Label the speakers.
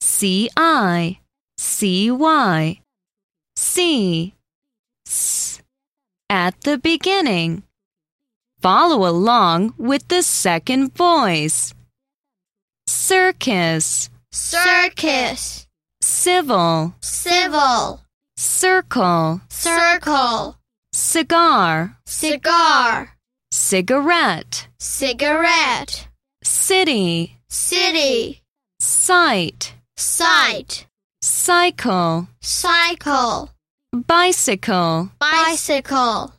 Speaker 1: C I C Y C S at the beginning. Follow along with the second voice. Circus,
Speaker 2: circus,
Speaker 1: civil,
Speaker 2: civil,
Speaker 1: circle,
Speaker 2: circle,
Speaker 1: cigar,
Speaker 2: cigar,
Speaker 1: cigarette,
Speaker 2: cigarette,
Speaker 1: city,
Speaker 2: city,
Speaker 1: sight,
Speaker 2: sight,
Speaker 1: cycle,
Speaker 2: cycle,
Speaker 1: bicycle.
Speaker 2: bicycle.